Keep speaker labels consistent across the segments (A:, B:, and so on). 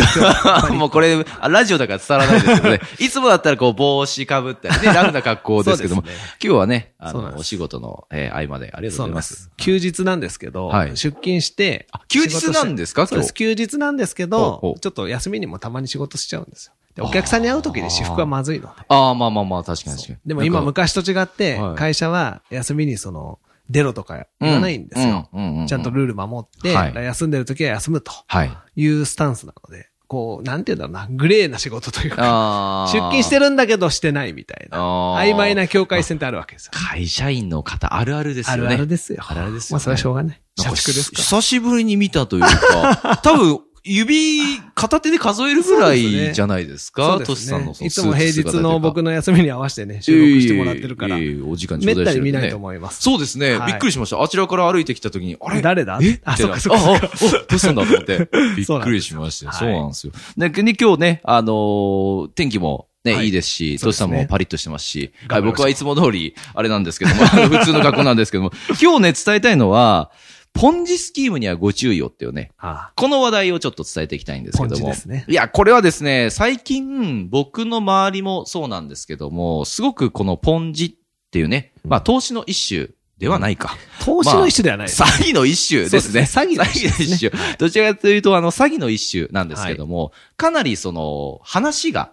A: と。もうこれ、あラジオだから伝わらないですけど ね。いつもだったらこう帽子かぶったりね、ラフな格好ですけども。
B: そうですね
A: 今日はね、あ
B: そうなん
A: の、
B: です
A: お仕事の、えー合間でありがとう
B: そ
A: ござ
B: う
A: い
B: なん
A: ま。
B: ですす。休日なんですけど、
A: はい
B: 出勤して
A: あ、休日なんですか
B: 仕事してそうです。休日なんですけ
A: ほうほ
B: ど
A: う、
B: ちょっと休みにもたまに仕事しちゃうんですよ。でお客さんに会う時に私服はまずいので。
A: ああ、まあまあまあ、確かに確かに。
B: でも今
A: なんか
B: 昔と違って
A: はい、
B: 会社は休みにその、出ろとか言わないんですよ。
A: うんうんうんうん
B: ちゃんとルール守って、
A: はい
B: 休んでる時は休むと
A: はい。
B: いうスタンスなので、こう、なんて言うんだろうな、グレーな仕事というか、
A: あ
B: 出勤してるんだけどしてないみたいな、
A: あー
B: 曖昧な境界線ってあるわけですよ。
A: 会社員の方、あるあるですよ
B: あ
A: ね。
B: るあるですよ。
A: あるあるですよね
B: まあ、それはしょうがない。
A: な
B: 社
A: んか
B: 畜ですから。
A: 久しぶりに見たというか、多分、指、片手で数えるぐらいじゃないですか、
B: そう
A: ト
B: で
A: シ
B: す
A: さん
B: ね
A: のそ
B: いつも平日の僕
A: の
B: の休みに合わせてね、収録してもらってるから、
A: お時間頂
B: め
A: 戴し
B: っ
A: て
B: た
A: る
B: り
A: んでね
B: 見ないと思います。
A: そうですね、
B: はい
A: びっくりしました。あちらから歩いてきた時に、あれ
B: 誰だ
A: え
B: あ、そっか
A: み
B: そ
A: た
B: っ
A: い
B: か
A: な
B: そっ
A: あ
B: か。
A: あおどうしたんだと思って。びっ
B: そうなんですよ
A: くりしましたよ。
B: はい
A: そうなんですよ。で、に今日ね、あのー天気もね、、
B: はいい
A: いですし、ト
B: そうで
A: シ
B: す
A: さ
B: ね
A: んもパリッとしてますし、はい、
B: 頑張りましょう
A: 僕はいつも通り、あれなんですけども、 あの普通の格好なんですけども、今日ね、伝えたいのは、ポンジスキームにはご注意をっていうね、
B: あ
A: この話題をちょっと伝えていきたいんですけど
B: ポン
A: も。
B: ジですね
A: いや、これはですね、最近、僕の周りもそうなんですけども、すごくこのポンジっていうね、まあ投資の一種ではないか。
B: あ投資の一種ではないです。
A: 詐欺の一種ですね。
B: そうですね詐欺の一種ですね
A: 詐欺の一種どちらかというと、あの、詐欺の一種なんですけども、かなりその、話が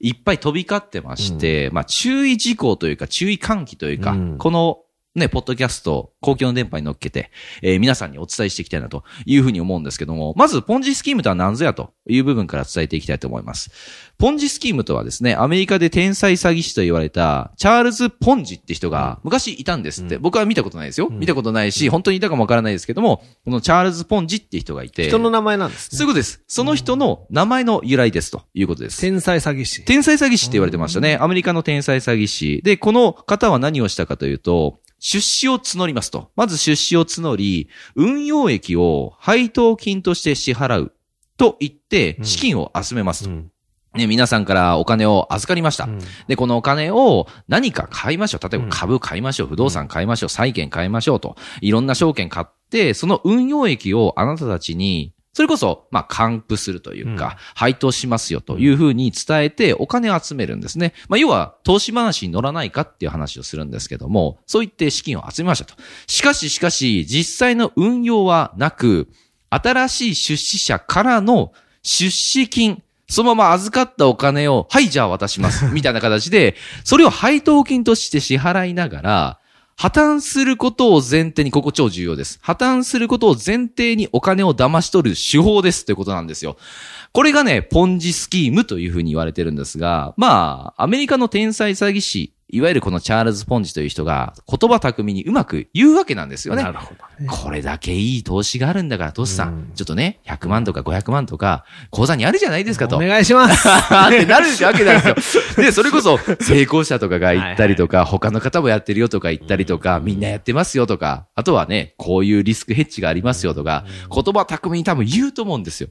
A: いっぱい飛び交ってまして、まあ、注意事項というか、注意喚起というか、
B: うん
A: この、ね、ポッドキャスト、公共の電波に乗っけて、えー皆さんにお伝えしていきたいなというふうに思うんですけども、まず、ポンジスキームとは何ぞやという部分から伝えていきたいと思います。ポンジスキームとはですね、アメリカで天才詐欺師と言われた、チャールズ・ポンジって人が昔いたんですって。僕は見たことないですよ。見たことないし、本当にいたかもわからないですけども、このチャールズ・ポンジって人がいて、
B: 人の名前なんです
A: そういう
B: ね。
A: ことです。その人の名前の由来ですということです。
B: 天才詐欺師。
A: 天才詐欺師って言われてましたね。アメリカの天才詐欺師。で、この方は何をしたかというと、出資を募りますと。まず出資を募り、運用益を配当金として支払うと言って、資金を集めますと。
B: ん
A: ね、皆さんからお金を預かりました。
B: うん
A: で、このお金を何か買いましょう。例えば株買いましょう。不動産買いましょう。債券買いましょうと。いろんな証券買って、その運用益をあなたたちに、それこそ、まあ、還付するという
B: うん
A: か、配当しますよというふうに伝えてお金を集めるんですね。まあ、要は、投資話に乗らないかっていう話をするんですけども、そう言って資金を集めましたと。しかし、しかし、実際の運用はなく、新しい出資者からの出資金、そのまま預かったお金を、はい、じゃあ渡します。みたいな形で、それを配当金として支払いながら、破綻することを前提に、ここ超重要です。破綻することを前提にお金を騙し取る手法ですということなんですよ。これがね、ポンジスキームというふうに言われてるんですが、まあ、アメリカの天才詐欺師、いわゆるこのチャールズ・ポンジという人が言葉巧みにうまく言うわけなんですよね。
B: なるほどね。
A: これだけいい投資があるんだから、投資さん、
B: うん
A: ちょっとね、100万とか500万とか、口座にあるじゃないですかと。
B: お願い します。
A: ってなるわけなんですよ。で、それこそ成功者とかが行ったりとか、他の方もやってるよとか言ったりとか、みんなやってますよとか、あとはね、こういうリスクヘッジがありますよとか、言葉巧みに多分言うと思うんですよ。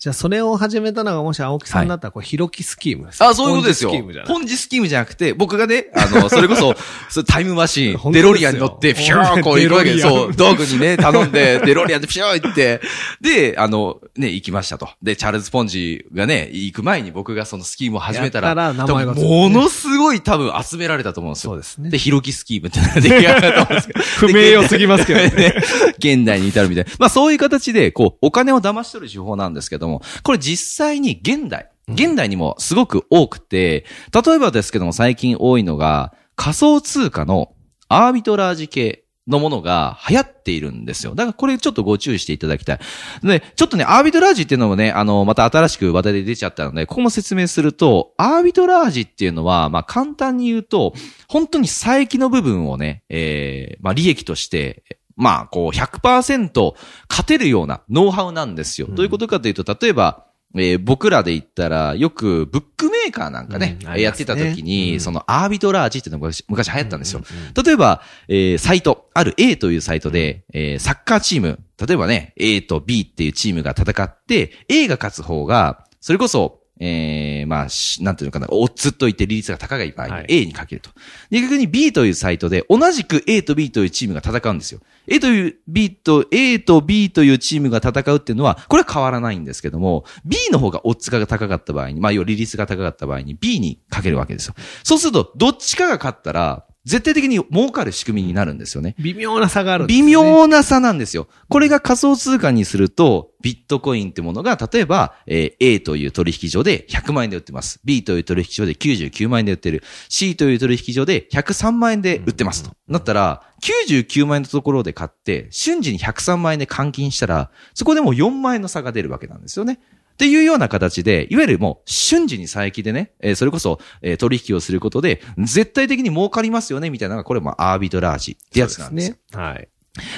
B: じゃあ、それを始めたのがもし青木さんだったら、こう、ひろきスキームです。
A: あ、そういうことですよ
B: ポンジスキームじゃ。ない
A: ポンジスキームじゃなくて、僕がね、あの、 それこそ、そうタイムマシーン、
B: 本当
A: デ
B: ですよ
A: ロリアンに乗って、ピューこう行くわけで
B: デ
A: す。
B: ロリア
A: そ
B: ン
A: う、道具に ね、頼んで、デロリアンでピュー行って、で、あの、ね、行きましたと。で、チャールズ・ポンジがね、行く前に僕がそのスキームを始めたら、
B: やったら名前が
A: 多分ものすごい多分集められたと思うんですよ。
B: そうですね
A: で、ヒロキスキームってな出来上がったと思うんですけど。
B: 不名誉すぎますけどね。
A: ね、現代に至るみたいな。まあそういう形で、こう、お金を騙し取る手法なんですけども、これ実際に現代、現代にもすごく多くて、例えばですけども最近多いのが、仮想通貨のアービトラージ系。のものが流行っているんですよ。だからこれちょっとご注意していただきたい。で、ちょっとね、アービトラージっていうのもね、あの、また新しく話題で出ちゃったので、ここも説明すると、アービトラージっていうのは、まあ簡単に言うと、本当に差益の部分をね、えー、まあ利益として、まあこう100%勝てるようなノウハウなんですよ。
B: うん
A: どういうことかというと、例えば、えー僕らで言ったら、よくブックメーカーなんかね、
B: うんあり
A: や
B: ま
A: っ
B: すね
A: てた時に、
B: うん
A: そのアービトラージっていうのが昔昔流行ったんですよ。
B: うんうんうん
A: 例えば、えーサイト、ある A というサイトで、えーサッカーチーム、例えばね、A と B っていうチームが戦って、A が勝つ方が、それこそ、えーまあ、しなんていうのかな、オッズといって利率が高い場合に
B: はい
A: A にかけると。で逆に B というサイトで、同じく A と B というチームが戦うんですよ。A という、B と、A と B というチームが戦うっていうのは、これは変わらないんですけども、B の方がオッズが高かった場合に、まあ、要は利率が高かった場合に B にかけるわけですよ。そうすると、どっちかが勝ったら、絶対的に儲かる仕組みになるんですよね。
B: 微妙な差があるんです
A: 微
B: よね、
A: 妙な差なんですよ。これが仮想通貨にすると、ビットコインってものが、例えば、えー A という取引所で100万円で売ってます。B という取引所で99万円で売ってる。C という取引所で103万円で売ってますと。なったら、99万円のところで買って、瞬時に103万円で換金したら、そこでもう4万円の差が出るわけなんですよね。っていうような形で、いわゆるもう瞬時に差益でね、えーそれこそ、えー取引をすることで、絶対的に儲かりますよね、みたいなのが、これもアービトラージってやつなんですよ。
B: ね。はい。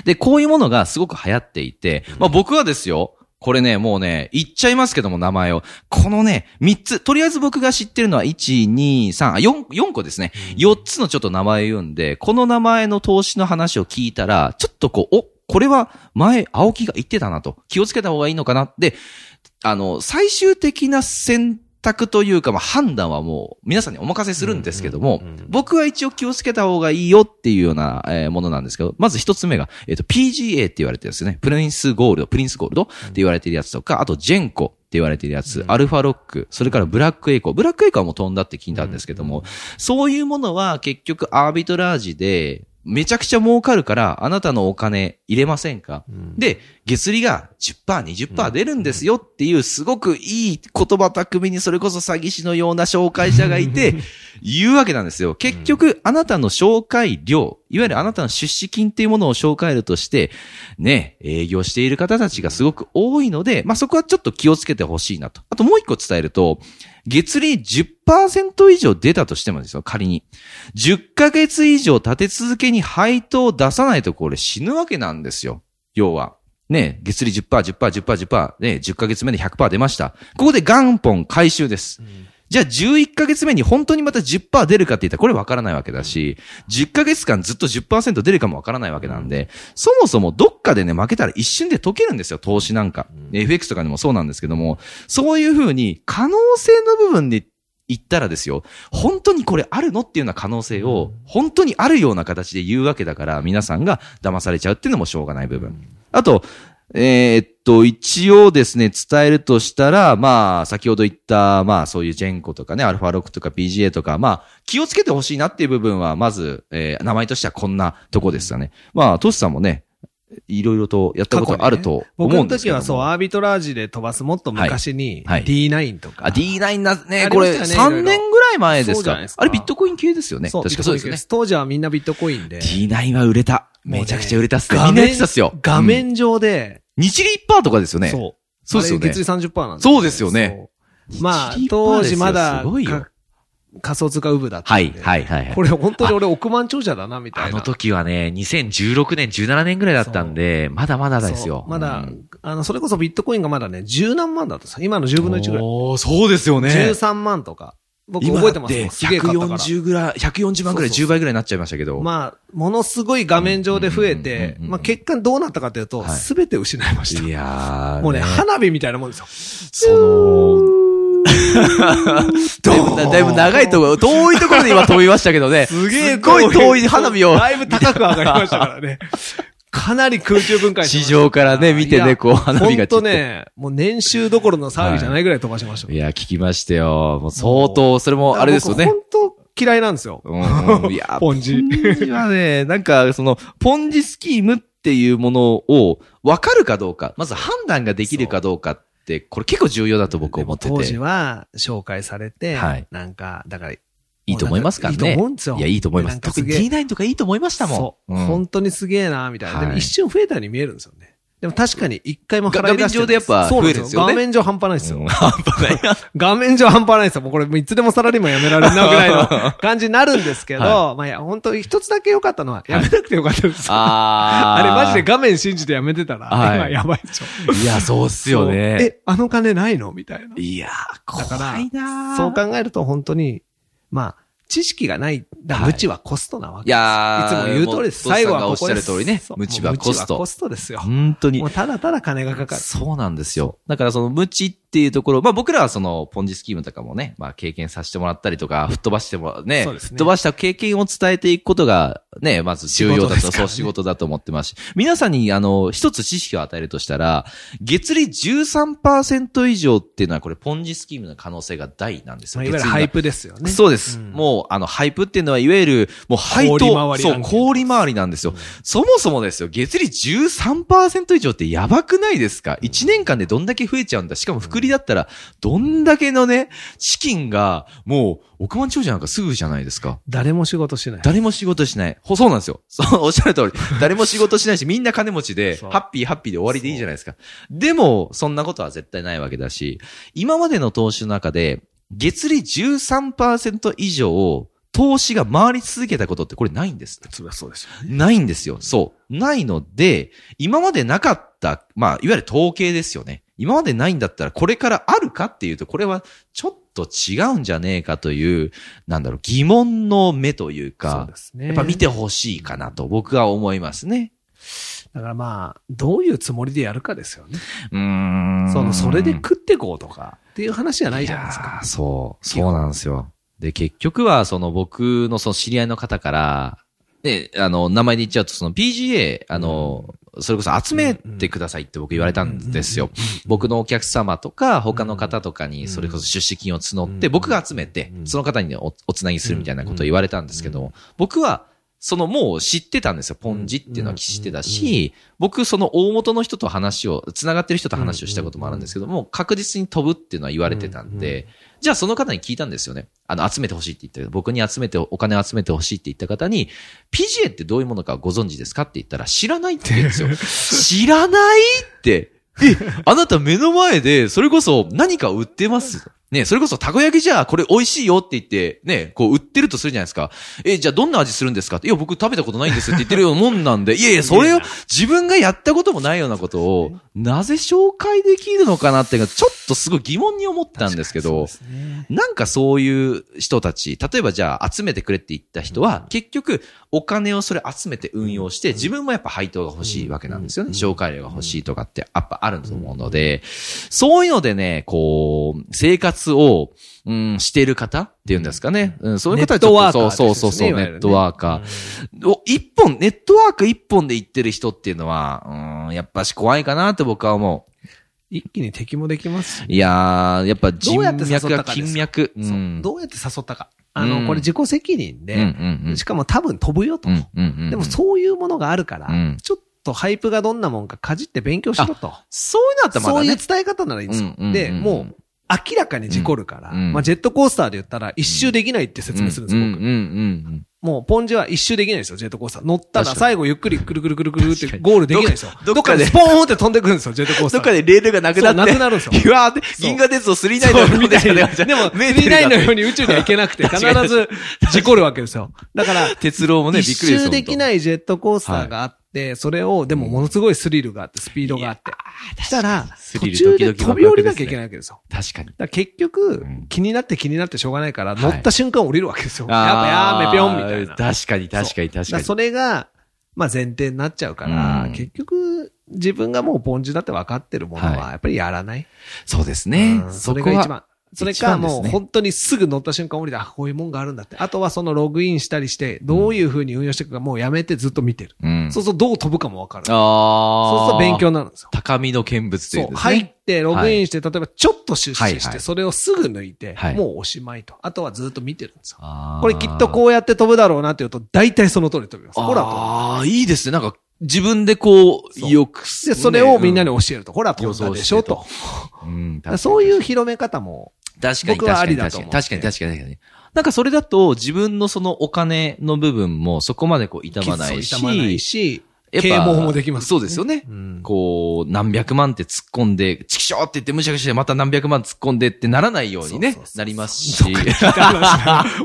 A: で、こういうものがすごく流行っていて、まあ僕はですよ、これね、もうね、言っちゃいますけども、名前を。このね、3つ、とりあえず僕が知ってるのは、1、2、3、あ4、4個ですね。4つのちょっと名前言うんで、この名前の投資の話を聞いたら、ちょっとこう、お、これは前、青木が言ってたなと。気をつけた方がいいのかな。で、あの、最終的な選択というか、まあ判断はもう、皆さんにお任せするんですけども、
B: うんうんうん
A: 僕は一応気をつけた方がいいよっていうような、えーものなんですけど、まず一つ目が、えっ、と、PGA って言われてるんですよね。プリンスゴールド、プリンスゴールドって言われてるやつとか、あと、ジェンコって言われてるやつ、アルファロック、それからブラックエイコー。ブラックエイコーはもう飛んだって聞いたんですけども、そういうものは結局アービトラージで、めちゃくちゃ儲かるから、あなたのお金入れませんか
B: うん
A: で、月利が10%、20%出るんですよっていう、すごくいい言葉巧みに、それこそ詐欺師のような紹介者がいて、 言うわけなんですよ。結局、あなたの紹介料、いわゆるあなたの出資金っていうものを紹介料として、ね、営業している方たちがすごく多いので、まあ、そこはちょっと気をつけてほしいなと。あともう一個伝えると、月利10%以上出たとしてもですよ、仮に。10ヶ月以上立て続けに配当を出さないとこれ死ぬわけなんですよ。要は。ね、月利10%、10%、10%、10%、ね、10ヶ月目で100%出ました。ここで元本回収です。じゃあ11ヶ月目に本当にまた10%出るかって言ったらこれわからないわけだし、10ヶ月間ずっと10%出るかもわからないわけなんで、そもそもどっかでね、負けたら一瞬で解けるんですよ、投資なんか。FX とかでもそうなんですけども、そういうふうに可能性の部分で言ったらですよ、本当にこれあるのっていうような可能性を、本当にあるような形で言うわけだから、皆さんが騙されちゃうっていうのもしょうがない部分。あと、えーっと、一応ですね、伝えるとしたら、まあ、先ほど言った、まあ、そういうジェンコとかね、アルファロックとか PGA とか、まあ、気をつけてほしいなっていう部分は、まず、えー名前としてはこんなとこですよね。まあ、トシさんもね、いろいろとやったことあると
B: 僕
A: 思う
B: の
A: んですけ
B: 時
A: ども、
B: はそう、アービトラージで飛ばすもっと昔に、
A: はいはい
B: D9 とか。
A: あ、D9 な、ね、
B: ありましたよね
A: これ、
B: いろいろ
A: 3年ぐらい前です
B: そうじゃ
A: か。
B: ないですか
A: あれ、ビットコイン系ですよね。
B: そう、
A: 確かそうですよ
B: ビットコイ
A: ね
B: ンで。す当時はみんなビットコインで。
A: D9 は売れた。めちゃくちゃ売れたっすね。
B: もう
A: み
B: ね
A: んなやってたっすよ。
B: 画
A: うん。
B: 面上で、
A: 日利1%とかですよね。
B: そう。
A: そうですよね
B: あれ月利30%なん
A: そうですよね。
B: そうまあ
A: 1%ですよ、
B: 当時まだ
A: すごいよ
B: か仮想通貨ウブだった
A: は
B: ん
A: い、
B: で。
A: はい、はいはい。
B: これ本当に俺億万長者だな、みたい
A: あ
B: な。
A: の時はね、2016年、17年ぐらいだったんで、まだまだですよ
B: そ。うま
A: う
B: だ、
A: ん
B: あの、それこそビットコインがまだね、十何万だったさ。今の10分の1ぐらい。
A: おーそうですよね。
B: 13万とか。僕覚えてますもんすげえ買ったから。
A: 140ぐらい、140万ぐらい、
B: そうそうそう
A: 10倍ぐらいになっちゃいましたけど。
B: まあ、ものすごい画面上で増え
A: うんうんうん
B: て
A: う、んうん
B: まあ結果どうなったかというと、
A: はい
B: すべて失いました。
A: いやー。
B: もうね、花火みたいなもんですよ。
A: その、だい
B: ドーン
A: ぶだいぶ長いところ、遠いところで今飛びましたけどね。
B: すげえ
A: すごい遠い花火を
B: だいぶ高く上がりましたからね。かなり空中分解しま
A: 地
B: した
A: 上からね、見て
B: い
A: ね、
B: や
A: こう花火
B: ほ
A: が
B: んとね、もう年収どころの騒ぎじゃないぐらい飛ばしました。
A: いや、聞きましたよ。もう相当、それもあれですよね。
B: 本当嫌いなんですよ。
A: うんうんいや
B: ポンジ
A: ポンジはね、なんか、その、ポンジスキームっていうものを分かるかどうか、まず判断ができるかどうかって、これ結構重要だと僕は思って
B: でも当時
A: て。
B: は紹介されて、
A: はい
B: なんか、だから、
A: いいと思いますから
B: いい
A: ね。
B: と思うんですよ
A: いや、いいと思いま
B: な
A: す。
B: んか
A: 特
B: す
A: に
B: げえ
A: D9 とかいいと思いましたも
B: そ
A: ん。
B: う。
A: うん
B: 本当にすげえな、みたいな。で
A: は
B: も
A: い
B: 一瞬増えたように見えるんですよね。でも確かに一回も払い出してな
A: 画面上
B: い
A: でやっぱ
B: そうなん
A: 増えるんですよ
B: よ。
A: ね
B: 画面上半端ないですよ。
A: うん半端ないな
B: 画面上半端ないですよ。もうこれ、いつでもサラリーマン辞められるなぐらい の感じになるんですけど、
A: は
B: まあいや、本当に一つだけ良かったのは、辞めなくてよかったです。
A: あ
B: あ
A: ー
B: れマジで画面信じて辞めてたら、
A: はい
B: 今やばいでしょ。
A: いや、そうっすよ
B: そう
A: ね。
B: え、あの金ないのみたいな。
A: いやー、
B: だから
A: 怖いなー
B: そう考えると本当に、まあ、知識がない、だ
A: はい
B: 無知はコストなわけ
A: いやー
B: いつも言う通りです。
A: もう
B: 最後はここです。
A: おっしゃる通りね
B: そう
A: 無知はコスト
B: もう無知はコストですよ。
A: 本当に
B: もう。ただただ金がかかる。
A: そうなんですよ。だからその無知っていうところ、まあ僕らはそのポンジスキームとかもね、まあ経験させてもらったりとか、吹っ飛ばしてもらね、
B: そうですね
A: 吹っ飛ばした経験を伝えていくことがね、まず重要だ
B: 仕事です
A: と、
B: から
A: そう
B: ね
A: 仕事だと思ってますし、皆さんにあの、一つ知識を与えるとしたら、月利13%以上っていうのはこれポンジスキームの可能性が大なんです
B: ま
A: よ。
B: あ、いわゆる
A: 月利が
B: ハイプですよね。
A: そうです。
B: ん
A: もう、あの、ハイプっていうのは、いわゆる、もう、配当、
B: 氷回り
A: そ
B: ラ
A: う、
B: ンキング
A: 氷回りなんですよ。そもそもですよ、月利13%以上ってやばくないですか ?1 年間でどんだけ増えちゃうんだしかも、福利だったら、どんだけのね、資金が、もう、億万長者なんかすぐじゃないですか。
B: 誰も仕事しない。
A: 誰も仕事しない。ほそうなんですよ。そう、おっしゃる通り。誰も仕事しないし、みんな金持ちで、
B: そう
A: ハッピーハッピーで終わりでいいじゃないですか。でも、そんなことは絶対ないわけだし、今までの投資の中で、月利13%以上、投資が回り続けたことってこれないんですって。
B: そりゃそうですよ。
A: ないんですよ。そう。ないので、今までなかった、まあ、いわゆる統計ですよね。今までないんだったら、これからあるかっていうと、これはちょっと違うんじゃねえかという、なんだろう、疑問の目という
B: そう
A: か
B: で、すね。
A: やっぱ見てほしいかなと僕は思いますね。
B: だからまあ、どういうつもりでやるかですよね。
A: うーん。
B: その、それで
A: く
B: 食ってこうとか、っていう話じゃないいじ
A: や
B: ゃないですか。
A: ーそう、そうなんですよ。で、結局は、その僕のその知り合いの方から、で、あの、名前で言っちゃうと、その PGA、あの、それこそ集めてくださいって僕言われたんですよ。僕のお客様とか、他の方とか
B: う
A: に、
B: ん
A: それこそ出資金を募っ
B: う
A: て、
B: ん
A: 僕が集めて
B: う、ん
A: その方におおつなぎするみたいなことを言われたんですけど、僕は、そのもう知ってたんですよ。ポンジっていうのは知ってたし、僕その大元の人と話を、つながってる人と話をしたこともあるんですけども、確実に飛ぶっていうのは言われてたんで、じゃあその方に聞いたんですよね。あの、集めてほしいって言って、僕に集めて、お金を集めてほしいって言った方に、PGA ってどういうものかご存知ですかって言ったら、知らないって言うん ですよ。知らないって。え、あなた目の前で、それこそ何か売ってますね、それこそたこ焼きじゃあこれ美味しいよって言って、ね、こう売ってるとするじゃないですか。え、じゃあどんな味するんですかっていや、僕食べたことないんですって言ってるようなもんなんで、いやいや、それを自分がやったこともないようなことを、なぜ紹介できるのかなっていうのが、ちょっとすごい疑問に思ったんですけど、
B: そうですね
A: なんかそういう人たち、例えばじゃあ集めてくれって言った人は、結局お金をそれ集めて運用して、自分もやっぱ配当が欲しいわけなんですよね。
B: うん
A: 紹介料が欲しいとかってやっぱあると思うので、そういうのでね、こう、生活を、うん、している方っていうんですかね。うん、そういう方はちょっと
B: ネットワーカーです
A: そう
B: よね
A: そうそう、
B: いわ
A: ネ
B: ゆるね
A: ットワーカー。お一本、ネットワーク一本で行ってる人っていうのは、うん、やっぱし怖いかなって僕は思う。
B: 一気に敵もできますし
A: いやー、やっぱ人
B: どうやって誘った
A: 脈
B: か
A: が
B: ですよ
A: 金脈。う
B: そうんどうやって誘ったか。
A: うん
B: あの、これ自己責任
A: うん
B: で、
A: うんうん
B: しかも多分飛ぶよと。
A: うんうんうんうん
B: でもそういうものがあるから
A: うん、
B: ちょっとハイプがどんなもんかかじって勉強しろと。
A: そういうのだったらま
B: そ
A: だ
B: ういう
A: ね。
B: 伝え方ならいいですよ
A: うんうんうん
B: で、もう明らかに事故るから、
A: うん
B: まあジェットコースターで言ったら一周できないって説明するんです、
A: うんうん
B: 僕。
A: うん
B: もうポンジは一周できないですよ、ジェットコースター。乗ったら
A: 確かに
B: 最後ゆっくりくるくるくるくるってゴールできないですよ。
A: どっか
B: どっか
A: ど
B: で
A: っ
B: スポーンって飛んでくるんですよ、ジェットコ
A: う
B: ー
A: ん。
B: スタ
A: どっ
B: ー。
A: かでレールがなくなっ
B: そう
A: て。
B: なくなるんですよ。
A: うわーって、
B: そう
A: 銀河鉄道3
B: そう
A: 9のみたいな。
B: でも、
A: メー
B: メ
A: テ
B: リ
A: ル
B: ー
A: だっ
B: ナイ
A: て
B: ンのように宇宙には行けなく て、必ず事故るわけですよ。だから、
A: 鉄郎もね、びっくり
B: 一
A: です
B: 周できないジェットコースターがあって、それを、でもものすごいスリルがあって、スピードがあって。したら、
A: ス
B: 途
A: リル
B: 中で
A: ドキドキ
B: 飛
A: ワク
B: び
A: ワ
B: 降
A: ク
B: り
A: ですね
B: なきゃいけないわけですよ。
A: 確かに。
B: だから結局
A: ん、
B: 気になって気になってしょうがないから、
A: い
B: 乗った瞬間降りるわけですよ。やっぱやーめぴょんみたいな。だか
A: 確かに、確かに、確からに。
B: それが、まあ前提になっちゃうから
A: うん、
B: 結局、自分がもうポンジだって分かってるもの
A: は
B: は、やっぱりやらない。
A: そうですね
B: う。ん
A: そ
B: そ
A: こ
B: れ
A: は
B: が一番。それ
A: 一番
B: か
A: ですね
B: もう本当にすぐ乗った瞬間降りて、あ、こういうもんがあるんだって。あとはそのログインしたりして、どういう風に運用していくかもうやめてずっと見てる。
A: うん。
B: そうするとどう飛ぶかもわかる。そう
A: あ
B: すると勉強になるんですよ。
A: 高みの見物とい
B: そうう。
A: ですね。
B: 入って、ログインして、例えばちょっと出
A: はい
B: 資
A: は
B: し
A: い
B: て、それをすぐ抜いて
A: はい、
B: もうおしまいと。あとはずっと見てるんですよ。
A: あー
B: これきっとこうやって飛ぶだろうなっていうと、大体その通り飛びます。ほら飛
A: ああ、いいですね。なんか、自分でこう、
B: そう
A: よく
B: ぶ。で、それをみんなに
A: ね
B: 教えると。ほら飛んだでしょと。
A: うんうん、
B: そういう広め方も
A: 確かに
B: 僕はあ
A: 確
B: り
A: か
B: だ
A: に確かに
B: と思う
A: 確かに確かに確かに。なんかそれだと自分のそのお金の部分もそこまでこう痛まないし、
B: 傷まないし、
A: やっぱ
B: 啓蒙もできます。
A: そうですよね。
B: うん。
A: こう、何百万って突っ込んで、チキショーって言ってむしゃくしゃしてまた何百万突っ込んでってならないようにね
B: そうそうそ、う
A: なりますし。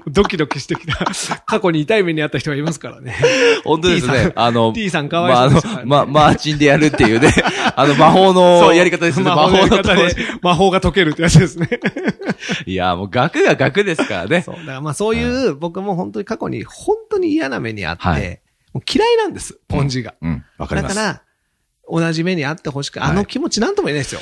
B: ドキドキしてきた。過去に痛い目にあった人がいますか らね。
A: 本当ですね。あの、
B: T さんか
A: まあ、
B: わ
A: あ
B: いそう
A: の
B: ですから、ね。
A: ま、マーチンでやるって いうね、あの、魔法のやり方ですね。
B: 魔法のやり
A: の
B: 方で
A: 投、
B: 魔法が解けるってやつですね。
A: 資いや、もう額が額ですからね
B: そ。う。だからまあそういう、僕も本当に過去に本当に嫌な目にあって、
A: はい
B: もう嫌いなんです、ポンジが。
A: うん、わかり
B: だ
A: ま
B: か
A: す。いや
B: ら、同じ目にあってほしく、
A: はい
B: あの気持ちなんとも言えないですよ。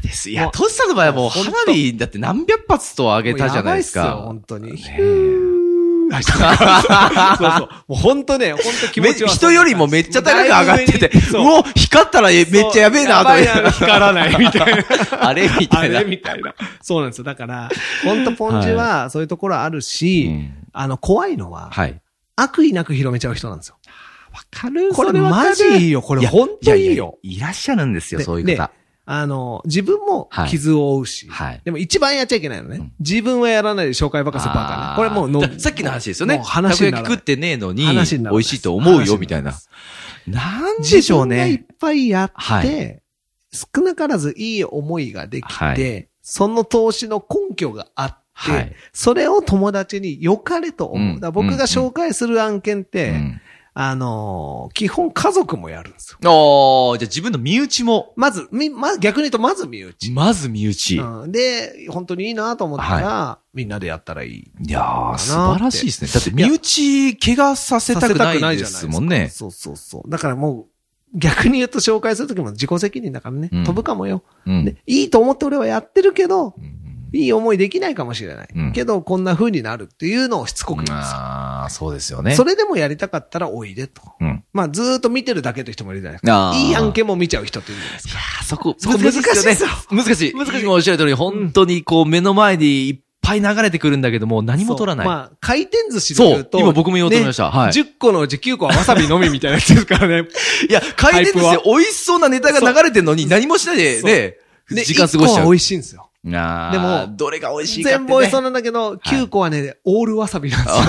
A: ーです。いや、トシさんの場合はもう
B: 本当
A: 花火だって何百発と上げたじゃないです
B: もうやばいっすよ、
A: か。
B: 本当に。
A: ね
B: ヒューはい そうそうそう。もう本当ね、本当気
A: め
B: 持ちは。
A: 人よりもめっちゃ高く上がってて、う
B: そう
A: お光ったらえめっちゃやべえな、と
B: そう
A: か
B: やばいな光らないみたいな。
A: あれみたいな。
B: あれみたいな。そうなんですよ。だから、本当ポンジはそういうところあるし、
A: うん
B: あの、怖いのは、
A: はい。
B: 悪意なく広めちゃう人なんですよ。
A: わかる
B: これマジいいよ。これ本当いいよ。
A: いらっしゃるんですよ、
B: で
A: そういう方。
B: あの、自分も
A: はい
B: 傷を負うし、
A: はい
B: でも一番やっちゃいけないのね。
A: うん
B: 自分はやらないで紹介ばっかするばっか
A: あー
B: ね。これもうの
A: だからさっきの話ですよね。
B: もう話に
A: た
B: な
A: こ焼き
B: らない
A: 食ってねえのに、美
B: 話にならない
A: 味しいと思うよ、みたいな。
B: 話
A: なん
B: にならない
A: でしょう
B: 自
A: ね。
B: 分がいっぱいやって、
A: は
B: 少なからずいい思いができて、
A: はい
B: その投資の根拠があって、
A: はい
B: それを友達に良かれと思う。
A: うん
B: だから僕が紹介する案件って、
A: うん
B: あのー基本家族もやるんですよ。
A: おー、じゃあ自分の身内も、
B: まず、み、ま、逆に言うとまず身内。
A: まず身内。い
B: うん、で、本当にいいなと思ったら、みんなでやったらいい。
A: やー、素晴らしいですね。だって身内、怪我させたくないですもんね。
B: そうそうそう。だからもう、逆に言うと紹介するときも自己責任だからね、
A: うん
B: 飛ぶかもよ、
A: うん
B: で。いいと思って俺はやってるけど、
A: うん
B: いい思いできないかもしれない。
A: うん
B: けど、こんな風になるっていうのをしつこく言うんですよ。
A: まあ、そうですよね。
B: それでもやりたかったらおいでと。
A: うん
B: まあ、ずーっと見てるだけって人もいるじゃないです
A: あー
B: か。いい案件も見ちゃう人っているじゃないですか。
A: あそこ、
B: そこ難しいですよ
A: よね難しい。
B: 難しい
A: 今おっしゃる通り、本当にこう、目の前にいっぱい流れてくるんだけども、何も取らない。
B: そうまあ、回転寿司で
A: そ
B: 言う
A: う、
B: と、
A: 今僕も言おうと思いました。はい。
B: 10個のうち9個はわさびのみみたいなやつですから ね。
A: いや、回転寿
B: タイ
A: 司
B: プ
A: 美味しそうなネタが流れてるのに、何もしないで、
B: そう
A: ね、
B: で
A: 時間過ごしち
B: 1個
A: ゃ
B: は
A: う
B: 美。味しいんですよ。
A: なあ
B: でも
A: どれが美味しいかって、
B: 全
A: ね。
B: 部美味しそうなんだけど、9個はね、オールわさびなんですよ。 もう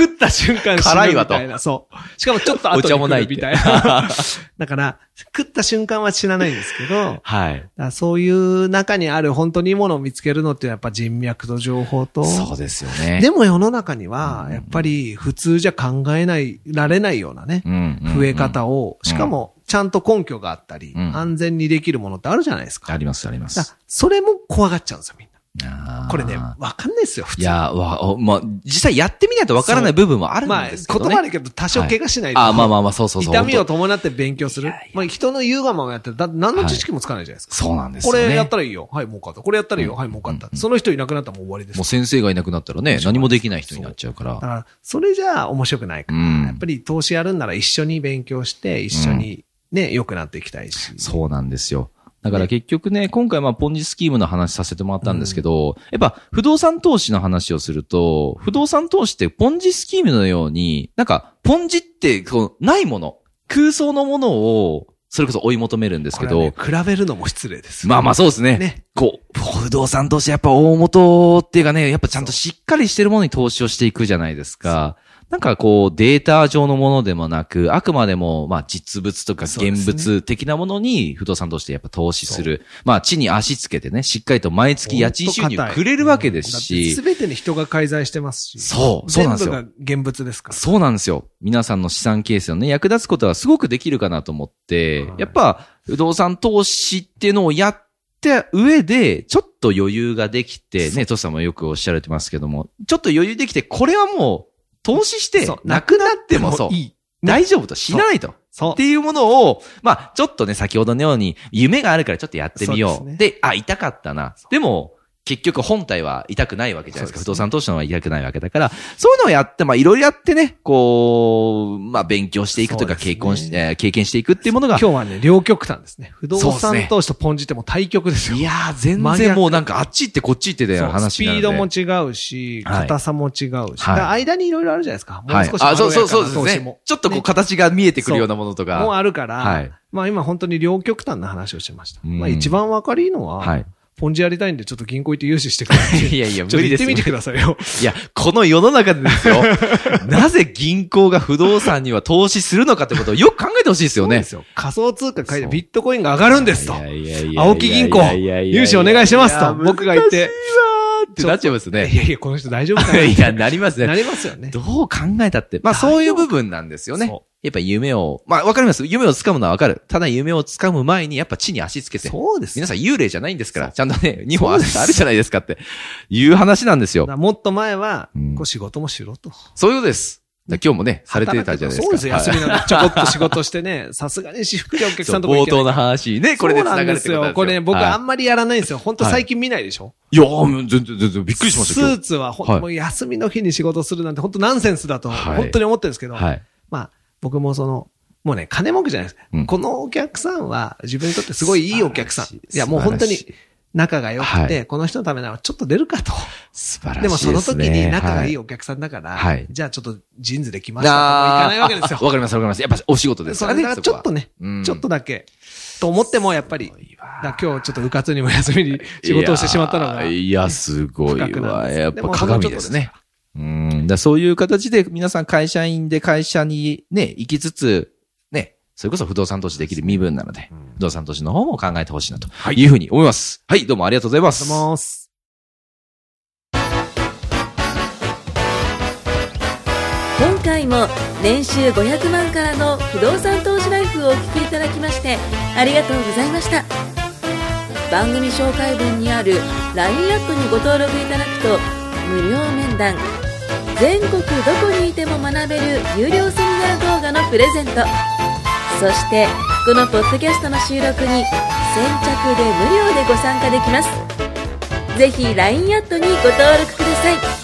B: 食った瞬間死
A: 辛い
B: ぬ
A: わ
B: み
A: と
B: たいな。そう。しかもちょっと後に
A: お茶もないっ
B: 来
A: て
B: るみたいな。 だから、食った瞬間は死なないんですけど、だか
A: はい。
B: らそういう中にある本当にいいものを見つけるのってやっぱ人脈と情報と、
A: そうですよね。
B: でも世の中には、やっぱり普通じゃ考えない、られないようなね、
A: うんうんうん
B: 増え方を、しかもちゃんと根拠があったり、
A: うん
B: 安全にできるものってあるじゃないですか。
A: あります、ありま
B: だ
A: す
B: か。らそれも怖がっちゃうんですよ、みんな。
A: あー
B: これね、わかんないですよ、普
A: い
B: 通。
A: や、わ、おまあ、実際やってみないとわからない部分もあるん
B: まあ、
A: で
B: 言
A: すけどね。
B: 葉だけど多少怪我しないと。
A: あーまあまあまあ、そうそうそう。
B: 痛みを
A: 本
B: 伴って勉強する。まあ、人の言うがままやってる、だって何の知識もつかないじゃないです
A: 当
B: か。
A: そうなんです
B: こ
A: よね。
B: れやったらいいよ。はい、儲かった。これやったらいいよ。
A: うん
B: はい、儲かった
A: う。ん
B: その人いなくなったらもう終わりです
A: もう。先生がいなくなったらね、何もできない人になっちゃうか
B: だ
A: ら。
B: から、それじゃ面白くないから。
A: うん
B: やっぱり投資やるんなら一緒に勉強して、一緒にね、良くなっていきたいし。
A: そうなんですよ。だから結局ね、今回まあポンジスキームの話させてもらったんですけど、やっぱ不動産投資の話をすると、不動産投資ってポンジスキームのように、なんか、ポンジってこうないもの、空想のものを、それこそ追い求めるんですけ
B: こ
A: ど、
B: れはね比べるのも失礼です。
A: まあまあそうですね。
B: ね
A: こう、不動産投資やっぱ大元っていうかね、やっぱちゃんとしっかりしてるものに投資をしていくじゃないですか。なんかこうデータ上のものでもなく、あくまでもまあ実物とか
B: そうです
A: 現
B: ね
A: 物的なものに不動産投資でやっぱ投資する。まあ地に足つけてね、しっかりと毎月家賃収入くれるわけです
B: す
A: し。
B: べてに人が介在してますし。
A: そう、そうなんですよ。
B: 全部が現物ですから。
A: そうなんですよ。皆さんの資産形成のね、役立つことはすごくできるかなと思って、
B: はい
A: やっぱ、不動産投資っていうのをやった上で、ちょっと余裕ができて、ね、トシさんもよくおっしゃられてますけども、ちょっと余裕できて、これはもう、投資して
B: そう、
A: なくなってもそう、
B: いい。
A: 大丈夫と、死なないと。
B: そ
A: っていうものを、まあ、ちょっとね、先ほどのように、夢があるからちょっとやってみよう。
B: そう
A: で
B: ですね
A: あ、痛かったな。でも、結局本体は痛くないわけじゃないですか。
B: そうですね
A: 不動産投資の方は痛くないわけだから、そういうのをやって、まあ、いろいろやってね、こう、まあ、勉強していくとか、
B: そうですね
A: 経験し、えー経験していくっていうものが、
B: 今日はね、両極端ですね。不動
A: そうですね
B: 産投資とポンジってもう対極ですよ。
A: いやー、全
B: 真
A: 然
B: 逆
A: もうなんかあっち行ってこっち行ってで
B: そう
A: 話
B: スピ
A: になる
B: ー
A: んで
B: ドも違うし、
A: はい
B: 硬さも違うし、だから間にいろいろあるじゃないですか。も
A: は
B: う
A: い
B: 少。し
A: あ、そう
B: まろやかな
A: そうそうです
B: 投資
A: ね
B: も。
A: ちょっとこう、
B: ね
A: 形が見えてくるようなものと
B: もう
A: か。
B: あるから、
A: はい
B: まあ今本当に両極端な話をしてました。
A: うん
B: まあ一番わかりいいのは、
A: はい。
B: ポポンジやりたいんで、ちょっと銀行行って融資してくだ さい。
A: いやいや、
B: ちょ
A: 無理で
B: っと行っ
A: す
B: て
A: よ。
B: みてくださいよ。
A: いや、この世の中でですよ。なぜ銀行が不動産には投資するのかってことをよく考えてほしいですよね。
B: そうですよ仮想通貨買い
A: そう
B: てビットコインが上がるんですと。
A: いやいやいやいや
B: 青木銀行、融資お願いしますと、僕が言
A: い
B: っ。
A: やいやいやいや難しい
B: て。
A: わーってなっちゃいます
B: いや
A: ね。
B: いや、この人大丈夫かな
A: いや、なりますね
B: な。りますよね。
A: どう考えたって。まあそういう部分なんですよね
B: そ。
A: やっぱ夢を、まあわかります。夢を掴むのはわかる。ただ夢を掴む前にやっぱ地に足つけて。
B: そうです
A: 皆
B: よ。
A: さん幽霊じゃないんですから、ちゃんとね、2本
B: そうで
A: 足
B: す
A: あるじゃないですかって、いう話なんですよ
B: だか。らもっと前は
A: うん、
B: こう仕事もしろと。
A: そういうことです。だから今日もね、されてたじゃないですか。
B: そうですよ、
A: はい
B: 休みなんでちょこっと仕事してね、さすがに私服でお客
A: そ
B: さ
A: うん
B: とこ行
A: 冒
B: けない
A: 頭の話ね、これで繋がるってことです
B: そうなんですよ。これね、僕あ
A: は
B: んまりやらないんですよ。本当最近見ないでしょ
A: い、いやー、もう全然、全然、びっくりしました
B: ス
A: よ
B: ーツはほん、
A: はい
B: もう休みの日に仕事するなんて本当ナンセンスだと、
A: はい
B: 本当に思ってるんですけど、
A: 今日はい。
B: まあ、僕もその、もうね、金儲けじゃないですか、
A: うん
B: このお客さんは自分にとってすごいいいお客さん。
A: 素晴
B: い
A: らしい
B: や、もう本当に
A: 素晴ら
B: 仲が良くて、
A: は
B: この人のためならちょっと出るかと。
A: 素晴らしい
B: でもその時に仲がいい
A: よ。
B: お客さんだから、
A: はい
B: じゃあちょっとジーンズで来ましたとか
A: あ
B: 行かないわけです よ
A: ーあ。わかります、わかります。やっぱお仕事です
B: そ
A: から
B: れ
A: ね。
B: がちょっと
A: ね。
B: ね
A: うん、
B: ちょっとだけ、と思ってもやっぱり、
A: すごい
B: だ
A: わ
B: から今日ちょっとうかつにも休みに仕事をしてしまったのが、
A: いやーいや、すご
B: 深
A: い
B: くなん
A: わ。
B: です
A: やっぱ鏡ですね。。うん。だからそういう形で皆さん会社員で会社にね、行きつつ、ね、それこそ不動産投資できる身分なので、不動産投資の方も考えてほしいなというふうに思います。はい、どうもありがとうございます。
B: どうもーす。
C: 今回も年収500万からの不動産投資ライフをお聞きいただきましてありがとうございました番組紹介文にある LINE アップにご登録いただくと無料面談全国どこにいても学べる有料セミナー動画のプレゼントそしてこのポッドキャストの収録に先着で無料でご参加できますぜひ LINE アットにご登録ください